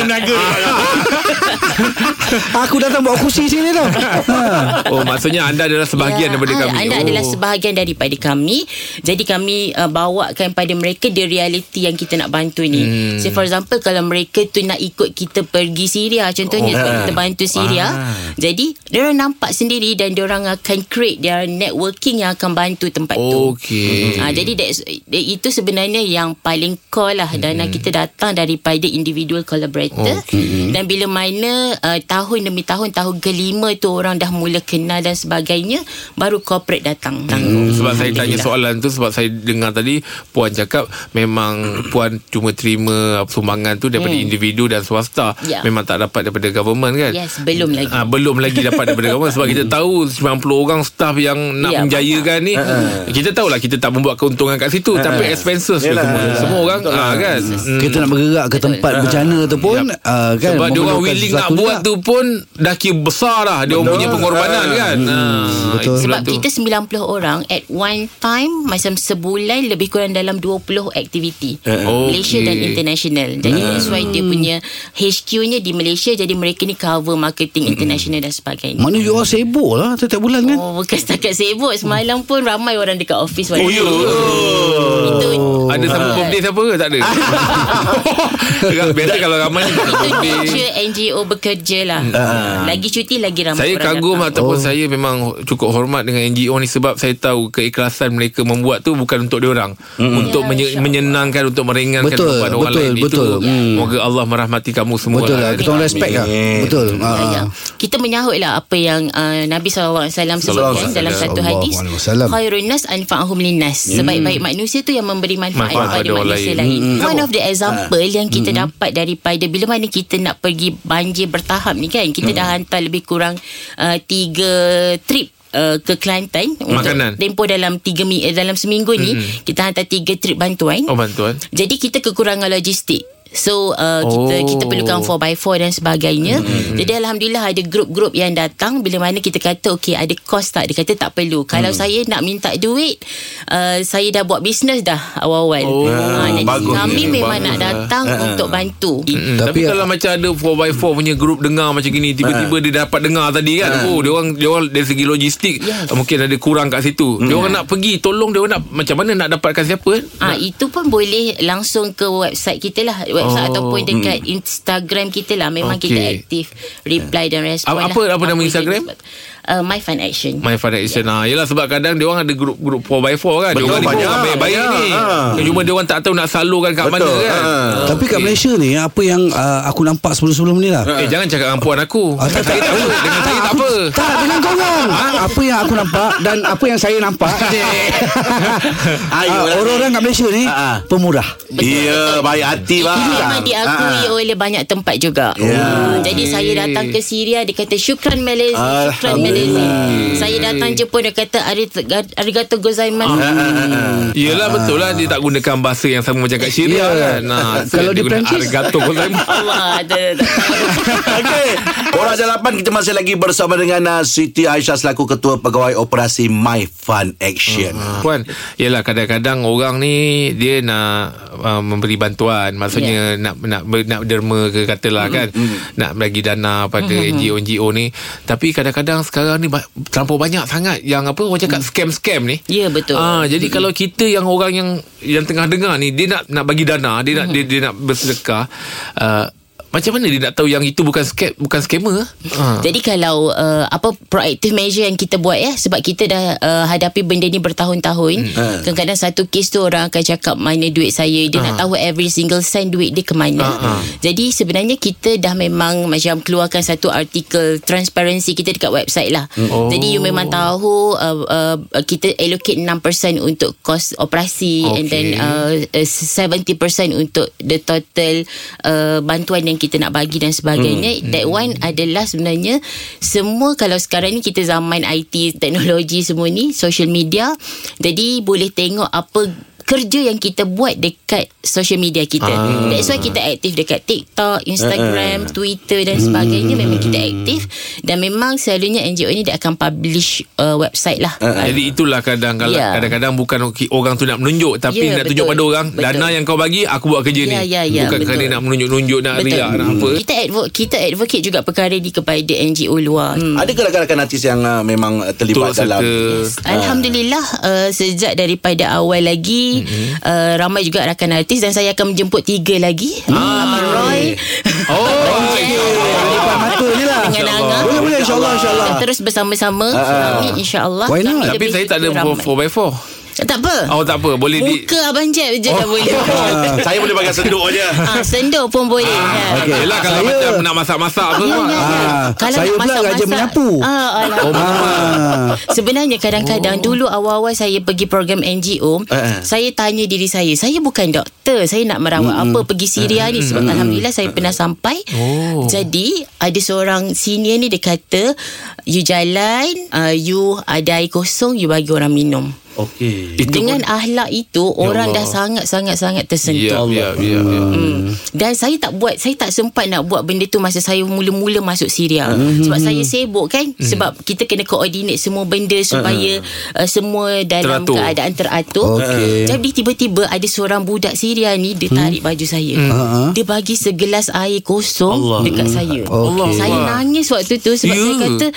S4: Aku datang buat kursi sini tau. Ha.
S3: [laughs] Oh maksudnya anda adalah sebahagian daripada
S8: ah,
S3: kami
S8: Anda
S3: oh.
S8: adalah sebahagian daripada kami. Jadi kami uh, bawakan pada mereka the reality yang kita nak bantu ni. Hmm. So for example kalau mereka tu nak ikut kita pergi Syria contohnya
S2: Oh,
S8: oh,
S2: ah.
S8: kita bantu Syria.
S3: Ah.
S8: Jadi dia orang nampak sendiri dan dia orang akan create their networking yang akan bantu tempat tu.
S3: Okey.
S8: Ah, jadi that's, that, itu sebenarnya yang paling core lah dana
S3: Hmm.
S8: kita datang daripada individual collaborator okay. dan bila mana uh, tahun demi tahun tahun kelima tu orang dah mula kenal dan sebagainya baru corporate datang tanggung.
S3: Hmm. Sebab saya tanya soalan tu Sebab saya dengar tadi Puan cakap Memang Puan cuma terima Sumbangan tu Daripada individu dan swasta
S8: Hmm. Ya.
S3: Memang tak dapat daripada government kan
S8: Yes, belum lagi.
S3: Ah, Belum lagi dapat daripada government
S8: [laughs]
S3: Sebab kita tahu 90 orang staff yang Nak
S8: Ya,
S3: menjayakan ni
S2: Ah,
S3: Kita tahulah Kita tak membuat keuntungan kat situ Tapi expenses tu
S2: Yelah.
S3: semua Semua orang
S2: Betul lah.
S3: ah, kan Mm.
S4: Kita nak bergerak ke tempat bencana tu pun
S3: Yap.
S4: ah, kan
S3: Sebab dia orang
S4: memerlukan
S3: willing nak
S4: sesuatu
S3: buat
S4: juga.
S3: tu pun Dah kira besar dah Dia orang
S2: Betul.
S3: punya pengorbanan
S2: Ah.
S3: kan Ah,
S4: betul.
S3: itulah
S8: Sebab
S3: tu.
S8: kita 90 orang at one time macam sebulan lebih kurang dalam 20 aktiviti.
S3: Uh-uh.
S8: Malaysia dan
S3: Okey.
S8: international. Jadi
S3: Hmm.
S8: that's why dia punya HQ-nya di Malaysia jadi mereka ni cover
S3: Hmm.
S8: marketing international dan sebagainya.
S4: Mana you all sibuk lah Setiap bulan kan
S8: Oh, bukan setakat sibuk. Semalam pun ramai orang dekat office. Oh,
S2: ya.
S8: Itu
S3: Oh. Ada
S2: Ah.
S3: sambut birthday siapa ke?
S8: [laughs]
S3: Tak ada. [laughs] Biasa kalau ramai ni tak ada
S8: itu
S3: birthday.
S8: nature NGO bekerja lah. Lagi cuti, lagi ramai
S3: Ah. Saya
S8: orang
S3: kagum
S8: datang.
S3: ataupun oh. saya memang cukup hormat dengan NGO ni sebab saya tahu keikhlasan mereka membuat tu bukan untuk diorang. Mm. Untuk
S8: Ya,
S3: menye-
S8: insyaAllah.
S3: menyenangkan, untuk meringankan
S4: Hmm. Betul,
S3: kehidupan orang
S4: betul,
S3: lain
S4: betul.
S3: itu.
S4: Hmm.
S3: Moga Allah merahmati kamu semua.
S4: Betul lah Kita orang respect lah
S2: Amin.
S4: Betul ha, ha.
S8: Sayang. Kita menyahutlah apa yang uh, Nabi SAW sebutkan dalam satu
S4: Sallallahu
S8: hadis.
S4: alaihi wasallam. Hmm.
S8: Khairun nas anfa'ahum linnas. Sebaik-baik manusia tu yang memberi manfaat
S3: Manfaat
S8: kepada
S3: pada orang
S8: manusia
S3: lain.
S4: Hmm,
S8: lain. One of the
S4: Ah.
S8: example yang kita dapat daripada bila mana kita nak pergi banjir bertahap ni kan. Kita
S4: Hmm.
S8: dah hantar lebih kurang uh, tiga trip Uh, ke Kelantan
S3: Makanan. Hmm.
S8: untuk tempoh dalam tiga mi- eh, dalam seminggu ni kita hantar tiga trip bantuan
S3: Oh bantuan.
S8: jadi kita kekurangan logistik. So uh, kita
S3: Oh.
S8: kita perlukan 4x4 dan sebagainya. Mm-hmm. Jadi alhamdulillah ada grup-grup yang datang bila mana kita kata okey ada kos tak dia kata tak perlu. Kalau
S3: Mm.
S8: saya nak minta duit uh, saya dah buat bisnes dah awal-awal. Ah,
S3: Oh,
S8: jadi
S2: bagus
S8: kami
S2: ni.
S8: memang
S2: Bagus
S8: nak
S2: ni.
S8: datang untuk bantu.
S3: Mm, tapi,
S4: Tapi- ya.
S3: kalau macam ada 4x4 punya grup dengar macam gini tiba-tiba
S4: Ha.
S3: dia dapat dengar tadi kan oh dia orang dia orang dari segi logistik
S8: Yes.
S3: mungkin ada kurang kat situ dia
S4: Hmm.
S3: orang nak pergi tolong dia orang nak macam mana nak dapatkan siapa eh?
S8: Ah itu pun boleh langsung ke website kita lah website
S3: Oh.
S8: oh. ataupun dekat Instagram kita lah memang okay. kita
S3: Okey.
S8: aktif reply dan
S3: Apa-
S8: respon lah.
S3: apa- apa nama
S8: yang
S3: Instagram?
S8: disebut- Uh, My Fun Action.
S3: My financial yeah. ha. Yelah sebab kadang dia orang ada grup-grup 4x4 kan
S2: Betul,
S3: Dia orang ada
S2: banyak,
S3: program baik-baik
S2: banyak,
S3: ni
S2: ha.
S3: Cuma dia orang tak tahu nak salurkan kat
S2: Betul,
S3: mana kan
S2: ha.
S3: Ah,
S4: Tapi kat
S3: okey.
S4: Malaysia ni Apa yang uh, aku nampak sebelum-sebelum ni lah
S3: Eh jangan cakap dengan puan aku
S4: Ah, tak,
S3: Saya
S4: tak,
S3: tak apa Dengan saya tak
S4: aku-
S3: apa
S4: Tak dengan
S3: [laughs]
S4: korang Apa yang aku nampak Dan apa yang saya nampak
S3: Eh.
S2: Ayolah.
S4: Ah, Orang-orang kat Malaysia ni
S2: Ah, ah.
S4: Pemurah
S2: Ya, baik hati bang.
S8: Itu memang diakui
S2: Ah.
S8: oleh banyak tempat juga.
S2: Ya.
S8: Yeah. Jadi saya datang ke Syria dia kata syukran Malaysia, syukran Malaysia. Saya datang Jepun dia kata "Arigat- arigato gozaimasu.
S3: Yelah betul lah Dia tak gunakan bahasa yang sama macam kat Syria
S4: Ya.
S3: kan nah,
S4: Kalau di Perancis-
S3: Arigato gozaimasu
S8: [laughs] Allah ada.
S2: Okey. Orang Jalapan kita masih lagi bersama dengan uh, Siti Aisyah selaku ketua pegawai operasi My Fun Action.
S3: Puan Yelah kadang-kadang orang ni Dia nak uh, Memberi bantuan Maksudnya
S8: Ya.
S3: yeah. Nak nak ber- nak derma ke katalah kan Nak bagi dana Pada NGO-NGO ni Tapi kadang-kadang Sekarang ni ba- Terlampau banyak sangat Yang apa Orang cakap scam-scam ni
S8: Mm. Ya, betul.
S3: Ah, Jadi kalau kita yang orang yang Yang tengah dengar ni Dia nak nak bagi dana Dia nak dia, dia nak bersedekah uh, Macam mana dia nak tahu Yang itu bukan scam Bukan scammer Ah.
S8: Jadi kalau uh, apa proactive measure yang kita buat ya sebab kita dah uh, hadapi benda ni bertahun-tahun. Hmm. Kadang-kadang satu kes tu orang akan cakap mana duit saya,
S3: Ha.
S8: dia nak tahu every single cent duit dia ke mana. Jadi sebenarnya kita dah memang macam keluarkan satu artikel transparency kita dekat website lah.
S3: Oh.
S8: Jadi you memang tahu uh, uh, kita allocate 6% untuk kos operasi and
S3: Okay.
S8: then uh, uh, 70% untuk the total uh, bantuan yang kita nak bagi dan sebagainya. That one adalah sebenarnya semua kalau sekarang ni kita zaman IT, teknologi semua ni, social media. Jadi boleh tengok apa kerja yang kita buat dekat social media kita.
S3: Ah.
S8: Ah. Eh, That's why kita aktif dekat TikTok, Instagram, Twitter dan sebagainya. Memang kita aktif dan memang selalunya NGO ni dia akan publish uh, website lah.
S3: Jadi itulah kadang kadang
S8: Ya.
S3: kadang-kadang bukan ok- orang tu nak menunjuk tapi
S8: Ya,
S3: nak tunjuk
S8: betul.
S3: pada orang
S8: Betul.
S3: dana yang kau bagi aku buat kerja
S8: Ya,
S3: ni.
S8: ya, ya,
S3: bukan
S8: betul.
S3: kerana nak menunjuk-nunjuk nak riak nak apa.
S8: Kita advocate, kita advocate juga perkara ni kepada NGO luar. Hmm.
S2: Ada ke rakan-rakan artis yang uh, memang uh, terlibat
S3: Turut
S2: dalam
S3: serta Ah.
S8: Alhamdulillah uh, sejak daripada awal lagi mm-hmm. uh, ramai juga rakan artis dan saya akan menjemput tiga lagi. Ah. Abang Roy [laughs]
S3: Oh,
S4: Depan mata je lah
S8: dengan Angah.
S4: Boleh boleh insyaAllah insyaAllah
S8: Kita terus bersama-sama
S3: Ah,
S8: uh, insya-Allah.
S4: Why not?
S3: tapi saya tak ada 4x4.
S8: Eh, Tak apa.
S3: Oh tak apa, boleh di Oh.
S8: Muka Abang Jeb je dah
S3: [laughs]
S8: boleh.
S2: Saya boleh pakai seduk
S8: [laughs]
S2: je.
S8: Ah, sendur pun boleh. Ah,
S4: Okey.
S3: Yelah kalau
S4: Saya-
S3: macam nak masak-masak apa.
S8: Ya, ya,
S4: Ah,
S8: ya.
S4: saya
S8: nak
S4: pula
S8: masak-masak-
S4: rajin menyapu.
S8: Ah, alah.
S4: Ah.
S8: Sebenarnya kadang-kadang oh. dulu awal-awal saya pergi program NGO,
S2: eh.
S8: saya tanya diri saya, saya bukan doktor, saya nak merawat mm apa pergi Syria ni sebab alhamdulillah saya pernah sampai. Oh. Jadi ada seorang senior ni dia kata, you jalan, uh, you ada air kosong, you bagi orang minum.
S2: Okey.
S3: Itu
S8: Dengan ahlak itu orang
S3: Allah.
S8: dah
S3: Ya,
S8: sangat-sangat-sangat tersentuh.
S3: ya, ya. ya.
S8: Hmm. Dan saya tak buat Saya tak sempat nak buat benda tu Masa saya mula-mula masuk Syria
S4: Hmm.
S8: mm-hmm. Sebab saya sibuk kan mm. Sebab kita kena koordinat semua benda Supaya uh, semua dalam
S3: Teratur.
S8: teratur. keadaan teratur
S4: Hmm.
S8: Hmm.
S4: Okey. Hmm.
S8: Jadi tiba-tiba ada seorang budak Syria ni Dia tarik baju saya
S4: Ah, ah.
S8: Dia bagi segelas air kosong
S2: Allah.
S8: Dekat saya
S4: Okey.
S8: Saya nangis waktu tu Sebab
S3: Ya.
S8: saya kata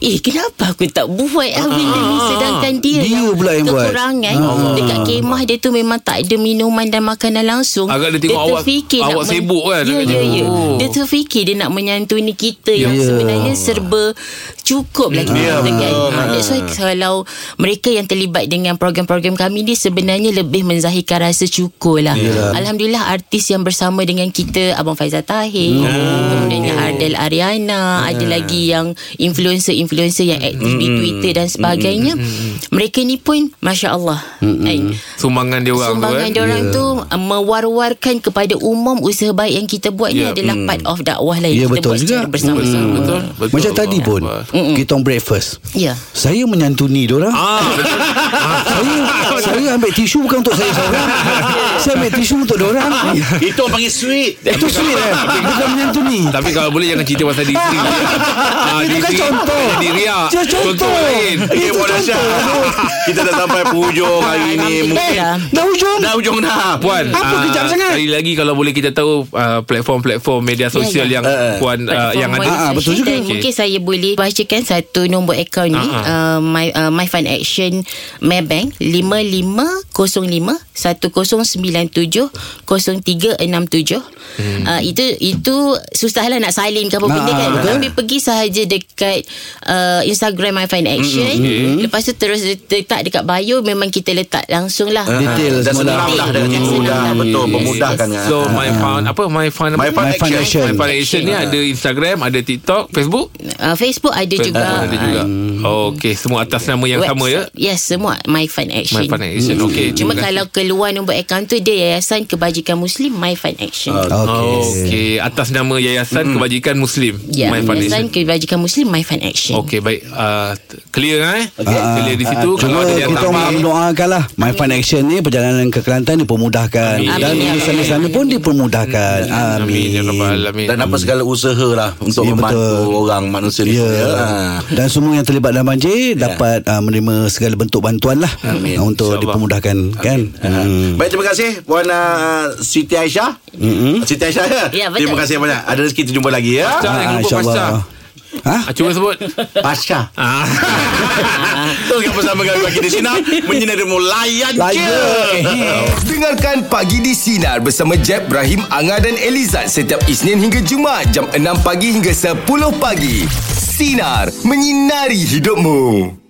S8: Eh kenapa aku tak buat ah, lah benda ni Sedangkan dia
S4: Dia pula yang buat.
S8: kekurangan
S4: Ah.
S8: dekat kemah dia tu memang tak ada minuman dan makanan langsung.
S3: Agak dia tengok awak-
S8: terfikir
S3: awak
S8: nak men-
S3: sibuk kan?
S8: Ya ya ya.
S3: Oh.
S8: Dia terfikir dia nak menyantuni kita yang
S4: Ya.
S8: sebenarnya serba cukup lah kita
S2: Ya,
S8: kata kan.
S2: betul.
S8: Ha, that's
S3: Ya.
S8: why kalau mereka yang terlibat dengan program-program kami ni sebenarnya lebih menzahirkan rasa syukur lah.
S3: Ya.
S8: Alhamdulillah artis yang bersama dengan kita Abang Faizal Tahir,
S3: Oh.
S8: kemudiannya Ardel Ariana,
S3: Ya.
S8: ada lagi yang influencer-influencer yang aktif di Twitter dan sebagainya. Mereka ni pun masya-Allah. Eh,
S3: Sumbangan dia orang tu
S8: Sumbangan
S3: eh.
S8: dia orang
S4: Ya.
S8: tu uh, mewar-warkan kepada umum usaha baik yang kita buat ni
S3: Ya,
S8: adalah part of dakwah lain.
S4: Ya,
S8: kita
S4: betul
S8: buat
S4: juga.
S8: secara bersama-sama. Ya.
S3: Hmm, betul.
S4: Macam tadi pun
S8: Mm-mm.
S4: Kita orang breakfast
S8: Ya.
S4: Saya menyantuni diorang [laughs]
S3: Ah, betul.
S4: Saya saya ambil tisu bukan untuk saya
S3: [laughs]
S4: seorang Saya ambil tisu untuk diorang
S2: Itu orang panggil sweet.
S4: Itu sweet eh Bukan menyantuni
S3: Tapi kalau boleh jangan cerita pasal diri
S8: [laughs]
S3: sendiri. Ah,
S4: Itu
S3: diri
S4: kan
S3: sendiri
S4: contoh.
S3: Jadi riak.
S4: Itu contoh.
S3: lain.
S2: Okay, Puan Aisyah. Kita dah sampai penghujung hari
S8: Eh,
S2: ini.
S3: Eh,
S2: Mungkin
S8: Alhamdulillah.
S4: Dah hujung
S3: Ah,
S2: dah hujung dah.
S3: Puan
S4: Apa
S3: ah,
S4: kejam sangat?
S3: Sekali lagi kalau boleh kita tahu ah, Platform-platform media sosial
S8: ya.
S3: yang Puan ah,
S8: Platform
S3: Yang ada
S8: voice
S4: Eh, Ah, ah, betul
S8: session
S4: juga.
S8: dan
S3: Okey.
S8: Mungkin saya boleh bacakan satu nombor akaun ni
S3: Ah, ah.
S8: uh, my uh, my fund action Maybank 550510970367 hmm. uh, itu itu susahlah nak salin ke apa
S4: Ah,
S8: benda kan
S4: betul.
S8: tapi pergi sahaja dekat uh, Instagram my fund action lepas tu terus letak dekat bio memang kita letak langsung lah
S3: ah.
S4: Detail
S2: Dah
S4: semua dah Hmm.
S2: senang lah dah
S8: Dah
S2: tipu
S8: senang
S2: dah
S8: dah.
S2: betul
S8: Yes.
S2: memudahkan kan.
S3: So my fun Apa my fun apa?
S2: My Fun
S4: ya. Ah, My
S2: Action.
S4: Fun Action. ah.
S3: My Fun Action ni Ada Instagram Ada TikTok Facebook
S8: uh, Facebook ada juga Uh,
S3: Facebook ada juga oh,
S4: Ah.
S3: Okay Semua atas nama yang sama ya
S8: website. Yes, semua My Fund Action.
S3: My Fun Action Okay
S8: Cuma
S3: Eh, terima kasih.
S8: kalau keluar nombor akaun tu dia Yayasan Kebajikan Muslim My Fund Action.
S3: Ah,
S8: Uh,
S4: Okay
S3: Okey, atas nama Yayasan Kebajikan Muslim.
S8: ya,
S3: My Foundation.
S8: Yayasan Kebajikan Muslim My Fund Action.
S3: Okey, baik. Uh, clear kan? Eh? Okay.
S4: Ah,
S3: Clear di situ.
S4: ah,
S3: kalau
S4: Cuma
S3: ada yang
S4: kita
S3: tak
S4: orang
S3: faham,
S4: mendoakan lah My Fun Action ni Perjalanan ke Kelantan Dipermudahkan
S3: Amin.
S4: Dan
S8: Amin.
S4: urusan-urusan pun Dipermudahkan
S3: Amin. Ya Rabbal
S4: Amin
S3: Alamin.
S2: Dan apa segala usaha lah untuk
S4: Ya,
S2: membantu
S4: betul.
S2: orang manusia ni.
S4: Ya.
S2: Ya.
S4: Dan semua yang terlibat dalam banjir dapat uh, menerima segala bentuk bantuan lah
S2: Amin.
S4: uh, untuk
S3: InsyaAllah.
S4: dipermudahkan kan. Hmm.
S2: Baik terima kasih Puan uh, Siti Aisyah.
S4: Hmm.
S2: Siti Aisyah ya.
S8: Ya, betul.
S2: terima kasih banyak. Ada rezeki kita jumpa lagi ya.
S3: Pasca, jangan
S4: Ah,
S3: lupa
S4: insyaAllah.
S3: pasca.
S4: Ha?
S3: Ah, cuba sebut.
S2: Pasca. [laughs]
S3: Ah.
S2: Teruskan bersama kami bagi di sinar menyinari mulayan je.
S4: Layan.
S1: Dengarkan Pagi di Sinar bersama Jeb, Ibrahim, Anga dan Elizad setiap Isnin hingga Jumaat jam 6 pagi hingga 10 pagi. Sinar, menyinari hidupmu.